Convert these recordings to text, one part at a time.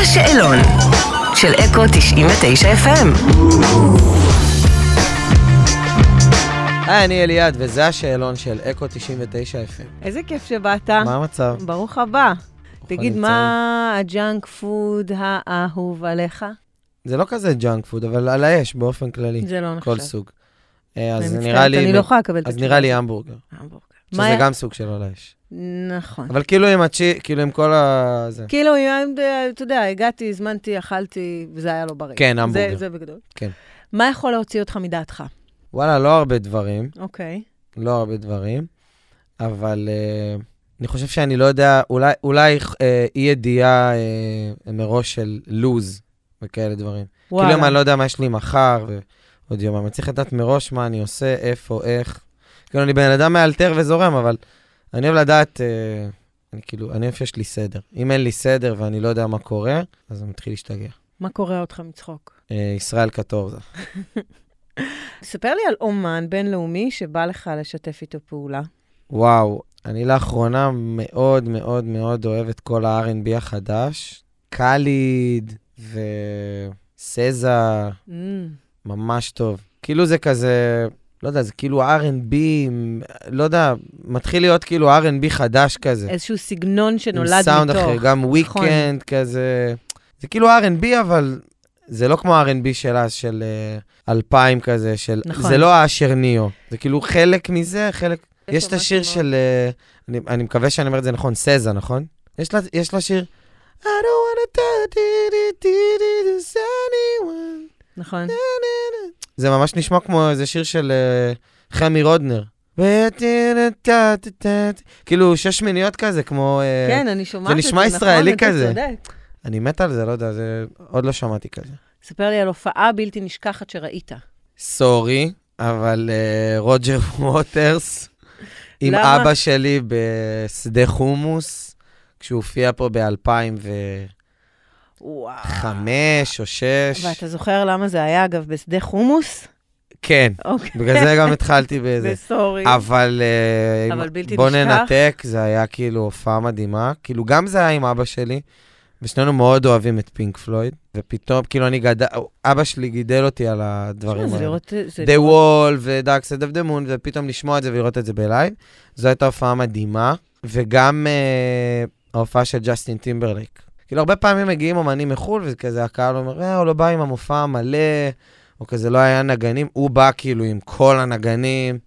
השאלון של אקו 99 FM. היי, אני אליעד, וזה השאלון של אקו 99 FM. איזה כיף שבאת. מה המצב? ברוך הבא. אוכל תגיד, לציין. מה הג'אנק פוד האהוב עליך? זה לא כזה ג'אנק פוד, אבל על האש באופן כללי, זה לא נחשב. כל סוג. אה, אני אז מצטערת, נראה לי... אני לא יכולה לקבל את אז התשובה. נראה לי המבורגר, המבורגר. מה שזה היה- גם סוג של על האש. נכון. אבל כאילו עם הצ'י... כאילו עם כל ה... זה. כאילו, אם, אה, אתה יודע, הגעתי, הזמנתי, אכלתי, וזה היה לו בריא. כן, המבורגר. זה, זה בגדול. כן. מה יכול להוציא אותך מדעתך? וואלה, לא הרבה דברים, אוקיי. לא הרבה דברים, אבל אה, אני חושב שאני לא יודע, אולי- אולי אה, אי ידיעה אה, מראש של לוז וכאלה דברים. וואלה. כאילו אם אני לא יודע מה יש לי מחר ועוד יום, אני צריך לדעת מראש מה אני עושה, איפה, איך. כאילו, אני בן אדם מאלתר וזורם, אבל אני אוהב לדעת, אה, אני כאילו, אני אוהב שיש לי סדר. אם אין לי סדר ואני לא יודע מה קורה, אז אני מתחיל להשתגע. מה קורע אותך מצחוק? אה, ישראל קטורזה. ספר לי על אומן בינלאומי שבא לך לשתף איתו פעולה. וואו, אני לאחרונה מאוד מאוד מאוד אוהב את כל ה-R&B החדש. קאליד וסזה, ממש טוב. כאילו זה כזה, לא יודע, זה כאילו R&B, עם- לא יודע, מתחיל להיות כאילו R&B חדש כזה. איזשהו סגנון שנולד מתוך. עם סאונד אחר, גם נכון. weekend כזה. זה כאילו R&B, אבל זה לא כמו R&B של אז, של אה, 2000 כזה, של... נכון. זה לא האשר ניאו. זה כאילו חלק מזה, חלק... יש יש לו את השיר משהו של... אה, אני- אני מקווה שאני אומר את זה נכון, סזה, נכון? יש לה- יש לה שיר... I don't wanna tell it to anyone. נכון. זה ממש נשמע כמו איזה שיר של אה, חמי רודנר. כאילו, שש שמיניות כזה, כמו... אה, כן, אני שומעת את זה, נשמע נכון, ישראלי אתה כזה. צודק. אני מת על זה, לא יודע, זה... עוד לא שמעתי כזה. ספר לי על הופעה בלתי נשכחת שראית. סורי, אבל אה, רוג'ר ווטרס עם למה? אבא שלי בשדה חומוס, כשהוא הופיע פה ב-2005 וואו. או 2006. ואתה זוכר למה זה היה, אגב, בשדה חומוס? כן, אוקיי. בגלל זה גם התחלתי בזה. וסורי. אבל, אה, אבל אם- בלתי בוא נשכח. ננתק, זה היה כאילו הופעה מדהימה. כאילו, גם זה היה עם אבא שלי, ושנינו מאוד אוהבים את פינק פלויד, ופתאום, כאילו, אני גדל, אבא שלי גידל אותי על הדברים זה האלה. לראות... זה The Wall ו-Dark Side of the Moon, ופתאום לשמוע את זה ולראות את זה בלייב. זו הייתה הופעה מדהימה, וגם אה, ההופעה של ג'סטין טימברלייק. כאילו, הרבה פעמים מגיעים אמנים מחו"ל, וכזה הקהל אומר, אה, הוא לא בא עם המופע המלא, או כזה לא היה נגנים, הוא בא כאילו עם כל הנגנים,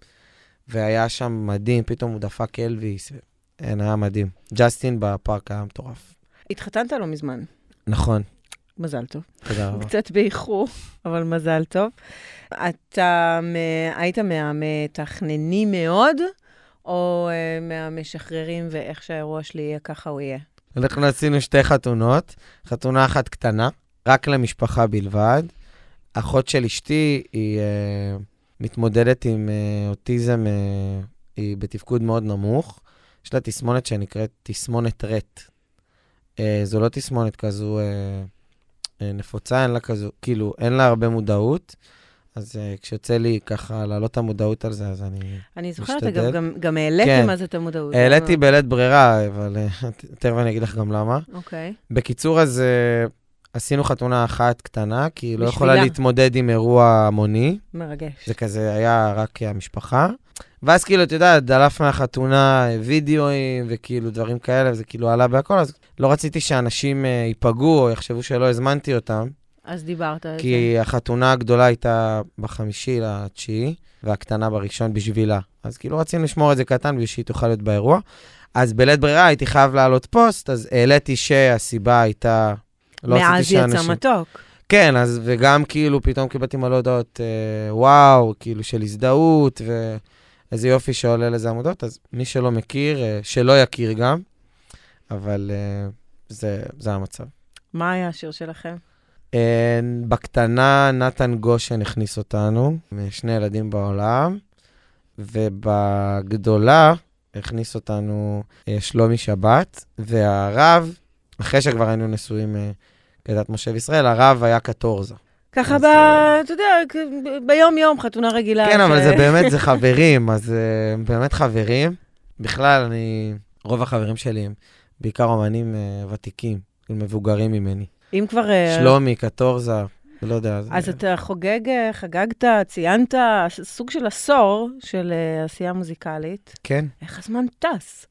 והיה שם מדהים, פתאום הוא דפק אלוויס, ו- כן, היה מדהים. ג'סטין בפארק היה מטורף. התחתנת לא מזמן. נכון, מזל טוב. תודה רבה. קצת באיחור, אבל מזל טוב. אתה מ- היית מהמתכננים מאוד, או אה, מהמשחררים ואיך שהאירוע שלי יהיה, ככה הוא יהיה? אנחנו עשינו שתי חתונות, חתונה אחת קטנה, רק למשפחה בלבד. אחות של אשתי, היא uh, מתמודדת עם uh, אוטיזם, uh, היא בתפקוד מאוד נמוך. יש לה תסמונת שנקראת תסמונת רט. Uh, זו לא תסמונת כזו uh, uh, נפוצה, אין לה כזו, כאילו, אין לה הרבה מודעות. אז uh, כשיוצא לי ככה להעלות את המודעות על זה, אז אני... אני זוכרת, משתדל. אגב, גם- גם העליתי כן. מה זה את המודעות. העליתי בלית ברירה, אבל אה, תכף אני אגיד לך גם למה. אוקיי. בקיצור, אז uh, עשינו חתונה אחת קטנה, כי היא לא בשבילה. יכולה להתמודד עם אירוע המוני. מרגש. זה כזה היה רק המשפחה. ואז כאילו, אתה יודע, דלף מהחתונה אה, וידאוים וכאילו דברים כאלה, וזה כאילו עלה בהכל, אז לא רציתי שאנשים אה, ייפגעו או יחשבו שלא הזמנתי אותם, אז דיברת על זה. כי החתונה הגדולה הייתה בחמישי לתשיעי, והקטנה בראשון בשבילה. אז כאילו רצינו לשמור את זה קטן בשביל שהיא תוכל להיות באירוע. אז בלית ברירה הייתי חייב להעלות פוסט, אז העליתי שהסיבה הייתה... לא רציתי מאז יצא שאנשים- מתוק. כן, אז וגם כאילו פתאום קיבלתי מלא הודעות, אה, וואו, כאילו של הזדהות, ואיזה יופי שעולה לזה עמודות, אז מי שלא מכיר, אה, שלא יכיר גם, אבל אה, זה, זה המצב. מה היה השיר שלכם? אה, בקטנה, נתן גושן הכניס אותנו, שני ילדים בעולם, ובגדולה הכניס אותנו אה, שלומי שבת, והרב, אחרי שכבר היינו נשואים אה, כדת משה וישראל, הרב היה קטורזה. ככה, אז, ב... אה, אתה יודע, כ- ב- ביום-יום, חתונה רגילה. כן, אבל ש- זה באמת, זה חברים, אז אה, באמת חברים. בכלל, אני, רוב החברים שלי הם בעיקר אמנים אה, ותיקים, הם מבוגרים ממני. אם כבר... אה, שלומי, קטורזה, לא יודע. אז זה- אתה חוגג, אה, חגגת, ציינת, ס- סוג של עשור של אה, עשייה מוזיקלית. כן, איך הזמן טס?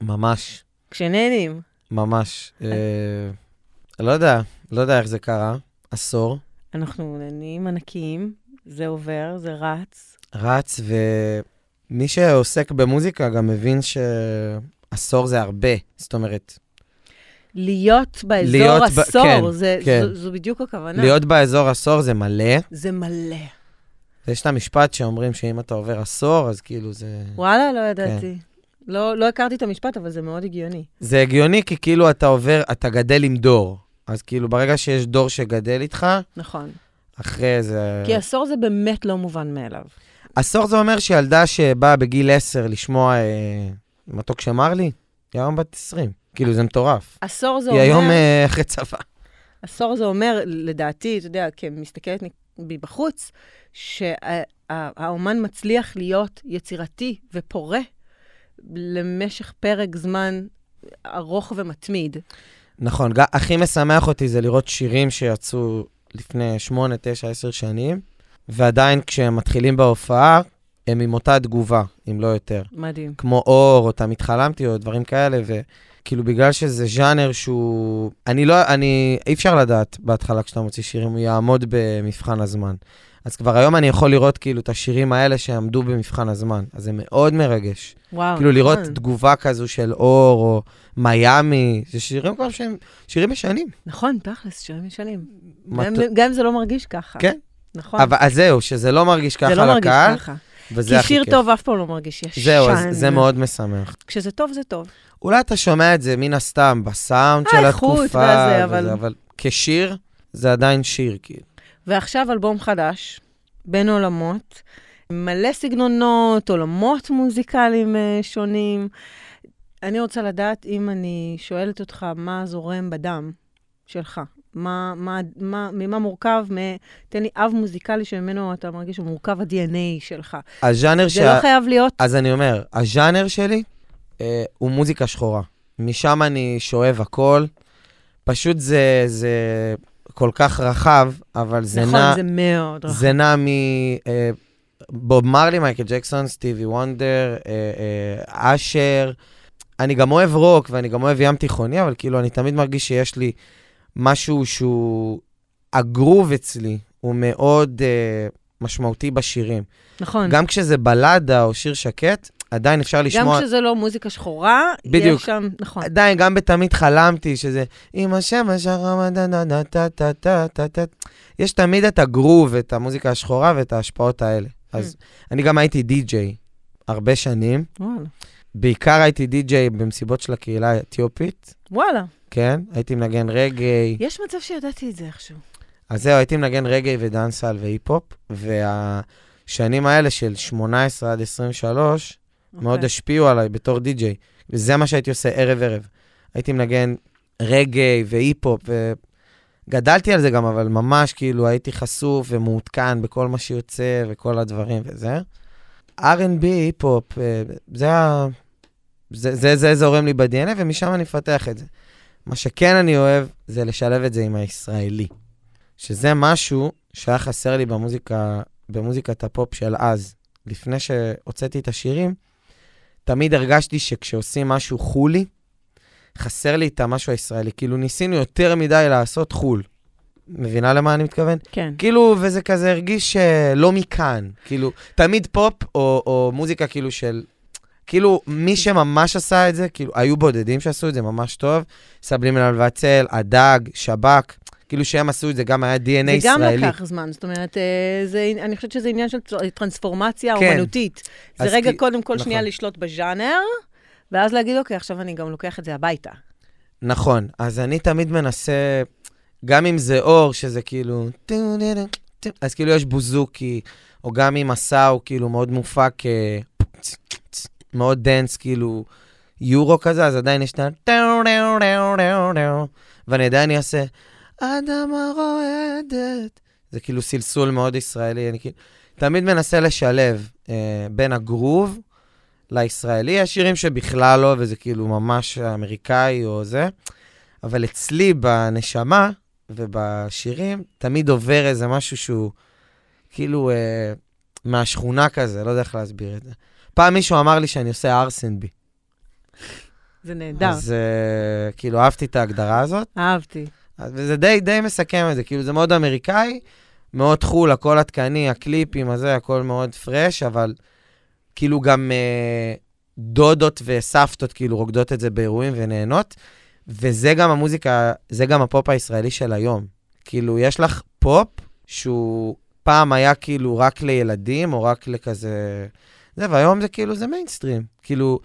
ממש, כשנהנים. ממש. אה, לא יודע, לא יודע איך זה קרה. עשור. אנחנו נהנים ענקיים, זה עובר, זה רץ. רץ, ומי שעוסק במוזיקה גם מבין שעשור זה הרבה. זאת אומרת, להיות באזור להיות ב- עשור, כן, זה, כן. זו, זו בדיוק הכוונה. להיות באזור עשור זה מלא. זה מלא. ויש את המשפט שאומרים שאם אתה עובר עשור, אז כאילו זה... וואלה, לא ידעתי. כן. לא, לא הכרתי את המשפט, אבל זה מאוד הגיוני. זה הגיוני, כי כאילו אתה עובר, אתה גדל עם דור. אז כאילו, ברגע שיש דור שגדל איתך, נכון. אחרי זה... כי עשור זה באמת לא מובן מאליו. עשור זה אומר שילדה שבאה בגיל 10 לשמוע אה, מתוק שמר לי, היא היום בת 20. כאילו, זה מטורף. עשור זה היא אומר... היום אה, אחרי צבא. עשור זה אומר, לדעתי, אתה יודע, כמסתכלת מבחוץ, שהאומן מצליח להיות יצירתי ופורה למשך פרק זמן ארוך ומתמיד. נכון, ג- הכי משמח אותי זה לראות שירים שיצאו לפני 8, 9, 10 שנים, ועדיין כשהם מתחילים בהופעה, הם עם אותה תגובה, אם לא יותר. מדהים. כמו אור, או תמיד חלמתי, או דברים כאלה, וכאילו בגלל שזה ז'אנר שהוא... אני לא, אני... אי אפשר לדעת בהתחלה כשאתה מוציא שירים, הוא יעמוד במבחן הזמן. אז כבר היום אני יכול לראות כאילו את השירים האלה שעמדו במבחן הזמן, אז זה מאוד מרגש. וואו, כאילו לראות נכון. תגובה כזו של אור, או מיאמי, זה שירים כבר שהם שירים ישנים. נכון, תכלס, שירים ישנים. מה גם- אתה- גם אם זה לא מרגיש ככה. כן. נכון. אבל אז זהו, שזה לא מרגיש זה לא ככה מרגיש לקהל, ככה. כי וזה הכי שיר כיף. טוב אף פעם לא מרגיש ישן. זהו, אז זה מאוד משמח. כשזה טוב, זה טוב. אולי אתה שומע את זה מן הסתם בסאונד של האיכות התקופה, והזה, וזה, אה, אבל- אבל כשיר, זה עדיין שיר, כאילו. ועכשיו אלבום חדש, בין עולמות, מלא סגנונות, עולמות מוזיקליים אה, שונים. אני רוצה לדעת אם אני שואלת אותך מה זורם בדם שלך, מה, מה, מה, ממה מורכב, מ... תן לי אב מוזיקלי שממנו אתה מרגיש שמורכב ה-DNA שלך. הז'אנר זה לא חייב להיות, אז אני אומר, הז'אנר שלי אה, הוא מוזיקה שחורה. משם אני שואב הכל. פשוט זה, זה כל כך רחב, אבל זה נכון, נע... זה מאוד רחב. זה נע מ... אה, בוב מרלי, מייקל ג'קסון, סטיבי וונדר, אה, אה, אשר. אני גם אוהב רוק ואני גם אוהב ים תיכוני, אבל כאילו, אני תמיד מרגיש שיש לי משהו שהוא... הגרוב אצלי הוא מאוד אה, משמעותי בשירים. נכון. גם כשזה בלדה או שיר שקט, עדיין אפשר גם לשמוע... כשזה לא מוזיקה שחורה, בדיוק. יש שם, נכון. עדיין, גם בתמיד חלמתי, שזה עם השמש הרמדאנה, טה טה טה טה טה. יש תמיד את הגרוב, את המוזיקה השחורה ואת ההשפעות האלה. אז אני גם הייתי די-ג'יי הרבה שנים. וואלה. בעיקר הייתי די-ג'יי במסיבות של הקהילה האתיופית, וואלה, כן? הייתי מנגן רגעי. יש מצב שידעתי את זה איכשהו. אז זהו, הייתי מנגן רגעי ודאנסל והיפ-הופ, והשנים האלה של 18 עד 23, מאוד אוקיי. השפיעו עליי בתור די-ג'יי. וזה מה שהייתי עושה ערב-ערב. הייתי מנגן רגעי והיפ-הופ, וגדלתי על זה גם, אבל ממש כאילו הייתי חשוף ומעודכן בכל מה שיוצא וכל הדברים וזה. R&B, היפ-הופ, אה, זה, ה- זה, זה, זה זורם לי ב-DNA, ומשם אני מפתח את זה. מה שכן אני אוהב, זה לשלב את זה עם הישראלי. שזה משהו שהיה חסר לי במוזיקה, במוזיקת הפופ של אז. לפני שהוצאתי את השירים, תמיד הרגשתי שכשעושים משהו חולי, חסר לי את המשהו הישראלי. כאילו, ניסינו יותר מדי לעשות חול. מבינה למה אני מתכוון? כן. כאילו, וזה כזה הרגיש אה, לא מכאן. כאילו, תמיד פופ או, או מוזיקה כאילו של... כאילו, מי שממש עשה את זה, כאילו, היו בודדים שעשו את זה ממש טוב, סבלימינל והצל, הדג, שב"כ, כאילו שהם עשו את זה, גם היה DNA זה גם ישראלי. לקח זמן, זאת אומרת, אה, זה, אני חושבת שזה עניין של טר- טרנספורמציה כן. אומנותית. זה אז רגע, כי- קודם כל, שנייה נכון. לשלוט בז'אנר, ואז להגיד, אוקיי, עכשיו אני גם לוקח את זה הביתה. נכון, אז אני תמיד מנסה, גם אם זה אור, שזה כאילו... אז כאילו יש בוזוקי, או גם אם הסאו כאילו מאוד מופק, אה, מאוד דנס, כאילו יורו כזה, אז עדיין יש את ה... ואני עדיין אעשה, אדמה רועדת. זה כאילו סלסול מאוד ישראלי, אני כאילו... תמיד מנסה לשלב אה, בין הגרוב לישראלי. יש שירים שבכלל לא, וזה כאילו ממש אמריקאי או זה, אבל אצלי בנשמה ובשירים תמיד עובר איזה משהו שהוא כאילו אה, מהשכונה כזה, לא יודע איך להסביר את זה. פעם מישהו אמר לי שאני עושה ארסנבי. זה נהדר, אז אה, כאילו אהבתי את ההגדרה הזאת. אהבתי. אז- וזה די, די מסכם את זה, כאילו זה מאוד אמריקאי, מאוד חול, הכל עדכני, הקליפים, הזה, הכל מאוד פרש, אבל כאילו גם אה, דודות וסבתות כאילו רוקדות את זה באירועים ונהנות, וזה גם המוזיקה, זה גם הפופ הישראלי של היום. כאילו, יש לך פופ שהוא פעם היה כאילו רק לילדים, או רק לכזה... זה, והיום זה כאילו, זה מיינסטרים. כאילו,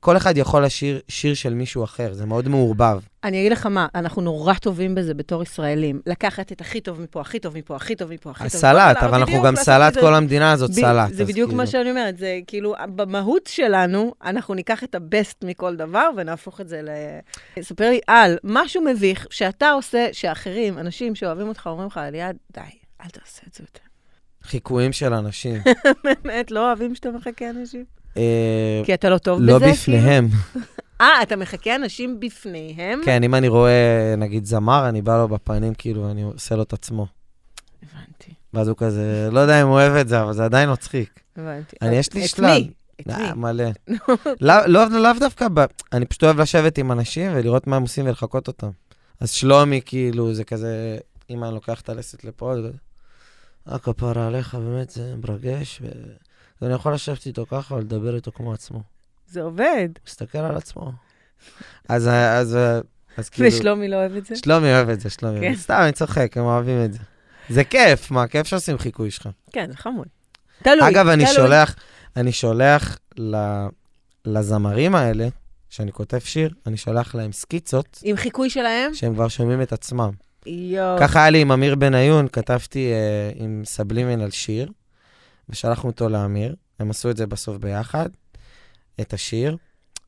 כל אחד יכול לשיר שיר של מישהו אחר, זה מאוד מעורבב. אני אגיד לך מה, אנחנו נורא טובים בזה בתור ישראלים. לקחת את הכי טוב מפה, הכי טוב מפה, הכי טוב מפה, הכי טוב מפה. הסלט, לא, אבל אנחנו בדיוק, גם לעשות סלט, מזה- כל המדינה הזאת ב- סלט. זה אז בדיוק מה כאילו, שאני אומרת, זה כאילו, במהות שלנו, אנחנו ניקח את הבסט מכל דבר ונהפוך את זה ל... ספר לי על משהו מביך שאתה עושה, שאחרים, אנשים שאוהבים אותך, אומרים לך על יד, די, אל תעשה את זה יותר. חיקויים של אנשים. באמת, לא אוהבים שאתה מחכה אנשים? אה, כי אתה לא טוב בזה? לא כאילו? בפניהם. אה, אתה מחכה אנשים בפניהם? כן, אם אני רואה, נגיד, זמר, אני בא לו בפנים, כאילו, אני עושה לו את עצמו. הבנתי, ואז הוא כזה, לא יודע אם הוא אוהב את זה, אבל זה עדיין מצחיק. הבנתי. אני, יש לי אה, את שלל. מי? את מי? אה, מלא. לאו לא- לאו דווקא, ב- אני פשוט אוהב לשבת עם אנשים ולראות מה הם עושים ולחקות אותם. אז שלומי, כאילו, זה כזה, אם אני לוקח את הלסת לפה, זה כזה, אה, כפרה עליך, באמת, זה מרגש. ו... ואני יכול לשבת איתו ככה ולדבר איתו כמו עצמו. הוא זה עובד. מסתכל על עצמו. אז, אה, אז, אה, אז כאילו, ושלומי לא אוהב את זה? שלומי אוהב את זה, שלומי. כן. כן. סתם, אני צוחק, הם אוהבים את זה. זה כיף, מה, כיף שעושים חיקוי שלך. כן, זה חמוד. תלוי. אגב, אני תלוי. שולח, אני שולח ל- לזמרים האלה, כשאני כותב שיר, אני שולח להם סקיצות עם חיקוי שלהם? שהם כבר שומעים את עצמם. יואו. ככה היה לי עם אמיר בניון, כתבתי אה, עם סבלימין על שיר, ושלחנו אותו לאמיר, הם עשו את זה בסוף ביחד, את השיר,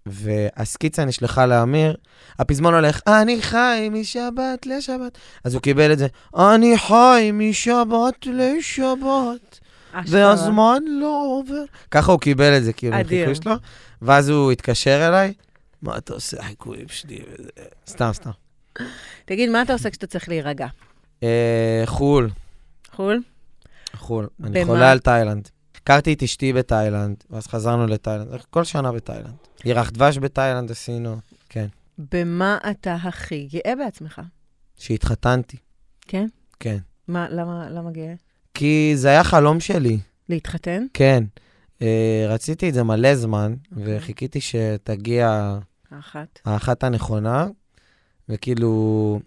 והסקיצה נשלחה לאמיר, הפזמון הולך, אני חי משבת לשבת, אז הוא קיבל את זה, אני חי משבת לשבת. אשכרה. והזמן לא עובר. ככה הוא קיבל את זה, כאילו, אדיר. החיקוי שלו. ואז הוא התקשר אליי, מה אתה עושה החיקויים שלי? וזה- סתם, סתם. תגיד, מה אתה עושה כשאתה צריך להירגע? אה, חו"ל, חו"ל? חו"ל. במה? אני חולה על תאילנד. הכרתי את אשתי בתאילנד, ואז חזרנו לתאילנד. כל שנה בתאילנד. ירח דבש בתאילנד עשינו, במה אתה הכי גאה בעצמך? שהתחתנתי. כן? כן. מה, למה, למה גאה? כי זה היה חלום שלי, להתחתן? כן. אה, רציתי את זה מלא זמן, אוקיי. וחיכיתי שתגיע האחת. האחת הנכונה, וכאילו,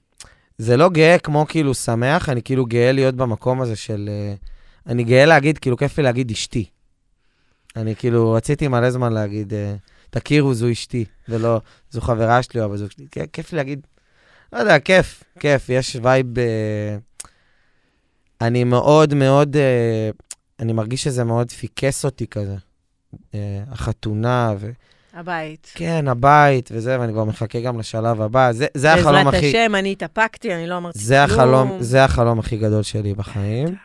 זה לא גאה כמו כאילו שמח, אני כאילו גאה להיות במקום הזה של... אה, אני גאה להגיד, כאילו, כיף לי להגיד אשתי. אני כאילו, רציתי מלא זמן להגיד, אה, תכירו, זו אשתי, ולא, זו חברה שלי או הבת זוג שלי. כ- כיף לי להגיד, לא יודע, כיף, כיף, יש וייב... אה, אני מאוד מאוד, אה, אני מרגיש שזה מאוד פיקס אותי כזה. אה, החתונה, ו... הבית. כן, הבית וזה, ואני כבר מחכה גם לשלב הבא. זה, זה החלום בעזרת הכי... השם, אני התאפקתי, אני לא אמרתי זה החלום, זה החלום הכי גדול שלי בחיים.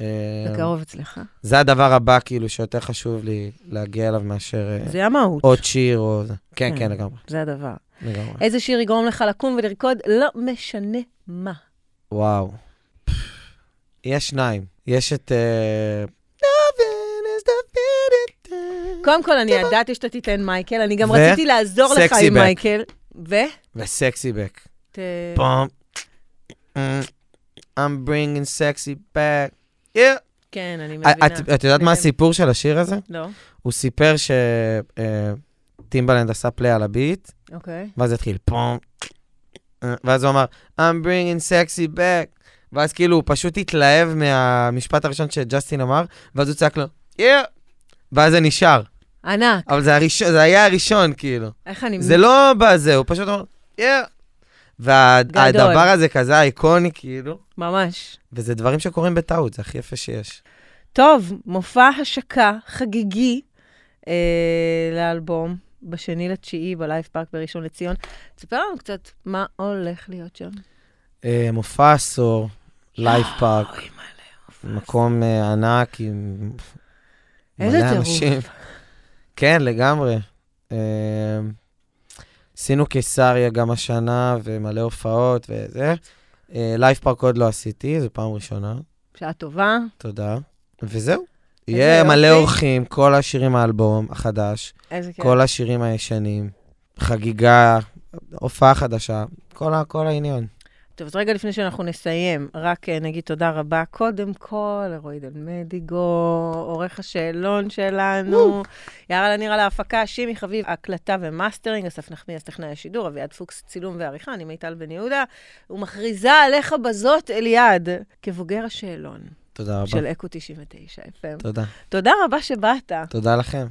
אה, בקרוב אצלך. זה הדבר הבא, כאילו, שיותר חשוב לי להגיע אליו מאשר אה, זה המהות, עוד שיר או... זה. כן, כן. כן, לגמרי. זה הדבר. לגמרי. איזה שיר יגרום לך לקום ולרקוד? לא משנה מה. וואו. יש שניים. יש את... אה, Loving is the feeling time. קודם כל, אני ידעתי שאתה תיתן מייקל, אני גם ו- רציתי לעזור לך סקסי עם בק. מייקל. ו? וסקסי בק. ת- פעם. I'm bringing sexy back. Yeah. כן, אני מבינה. אה, כן. את- אה? את יודעת מה הסיפור של השיר הזה? לא, הוא סיפר שטימבלנד עשה פליי על הביט, אוקיי. ואז התחיל פום, אה, ואז הוא אמר, I'm bringing sexy back. ואז כאילו הוא פשוט התלהב מהמשפט הראשון שג'סטין אמר, ואז הוא צעק לו, yeah! ואז זה נשאר. ענק, אבל זה, הראשון, זה היה הראשון, כאילו. איך אני... זה לא בזה, הוא פשוט אמר, yeah! גדול. והדבר הזה כזה איקוני, כאילו, ממש. וזה דברים שקורים בטעות, זה הכי יפה שיש. טוב, מופע השקה חגיגי אה, לאלבום, בשני לתשיעי בלייב פארק בראשון לציון. תספר לנו קצת מה הולך להיות שם. אה, מופע עשור, לייב פארק. אוי, מה לב. מקום אה, ענק עם איזה מלא טירוף. אנשים. כן, לגמרי. אה, עשינו קיסריה גם השנה, ומלא הופעות וזה. לייב פארק עוד לא עשיתי, זו פעם ראשונה, שעה טובה. תודה. וזהו. יהיה יופי. מלא אורחים, כל השירים מהאלבום החדש, איזה כיף. כל השירים הישנים, חגיגה, הופעה חדשה, כל ה- כל העניין. טוב, אז רגע לפני שאנחנו נסיים, רק אה, נגיד תודה רבה קודם כל לרועי דל מדיגו, עורך השאלון שלנו, יערה לניר על ההפקה, שימי חביב, הקלטה ומאסטרינג, אסף נחמיאס, טכנאי השידור, אביעד פוקס, צילום ועריכה, אני מיטל בן יהודה, ומכריזה עליך בזאת, אליעד, כבוגר השאלון תודה רבה. של אקו 99 FM. תודה. תודה רבה שבאת. תודה לכם.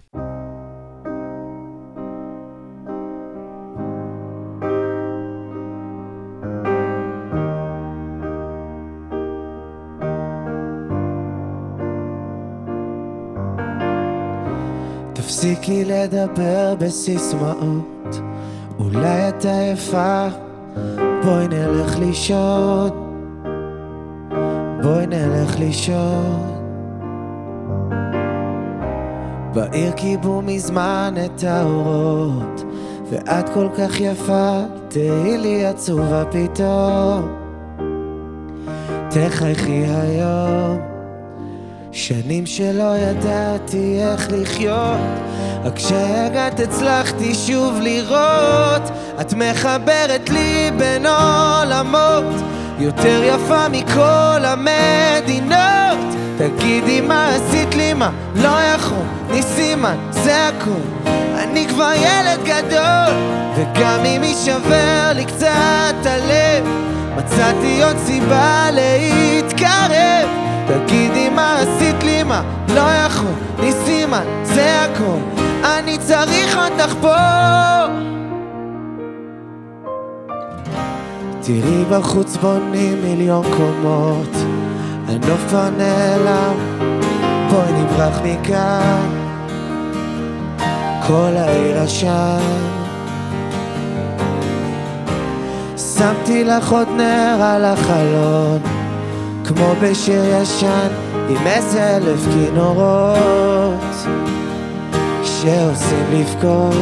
תפסיקי לדבר בסיסמאות, אולי את עייפה, בואי נלך לישון. בואי נלך לישון. בעיר כיבו מזמן את האורות, ואת כל כך יפה, תהיי לי עצובה פתאום. תחייכי היום. שנים שלא ידעתי איך לחיות, רק כשהגעת הצלחתי שוב לראות. את מחברת לי בין עולמות, יותר יפה מכל המדינות. תגידי מה עשית לי, מה לא יכול, ניסימן, זה הכל. אני כבר ילד גדול, וגם אם יישבר לי קצת הלב, מצאתי עוד סיבה להתקרב. תגידי מה עשית לי, מה לא יכול, ניסימן, זה הכל. אני צריך אותך פה. תראי בחוץ בונים מיליון קומות, הנוף כבר נעלם, בואי נברח מכאן. כל העיר עשן. שמתי לך עוד נר על החלון, כמו בשיר ישן, עם איזה אלף כינורות, שעושים לבכות.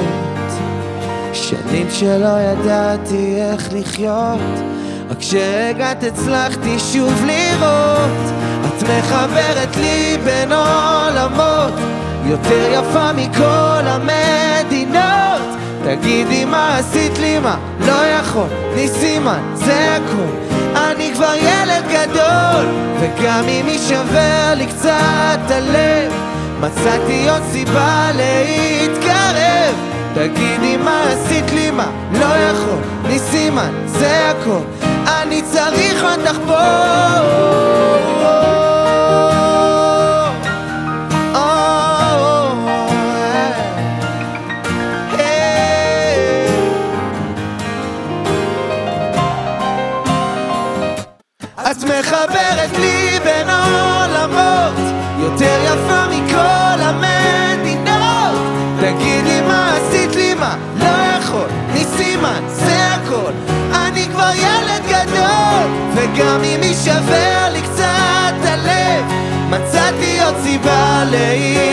שנים שלא ידעתי איך לחיות, רק כשהגעת הצלחתי שוב לראות. את מחברת לי בין עולמות, יותר יפה מכל המדינות. תגידי מה עשית לי, מה לא יכול, ניסימן, זה הכל. אני כבר ילד גדול, וגם אם יישבר לי קצת הלב, מצאתי עוד סיבה להתקרב. תגידי מה עשית לי, מה לא יכול, ניסימן, זה הכל. אני צריך אותך פה. Oh, oh, את מחברת לי בין עולמות, יותר יפה מכל המדינות. תגידי מה עשית לי, מה לא יכול, ניסימן, זה הכל. אני כבר ילד גדול, וגם אם יישבר לי קצת הלב, מצאתי עוד סיבה להתאהב. לא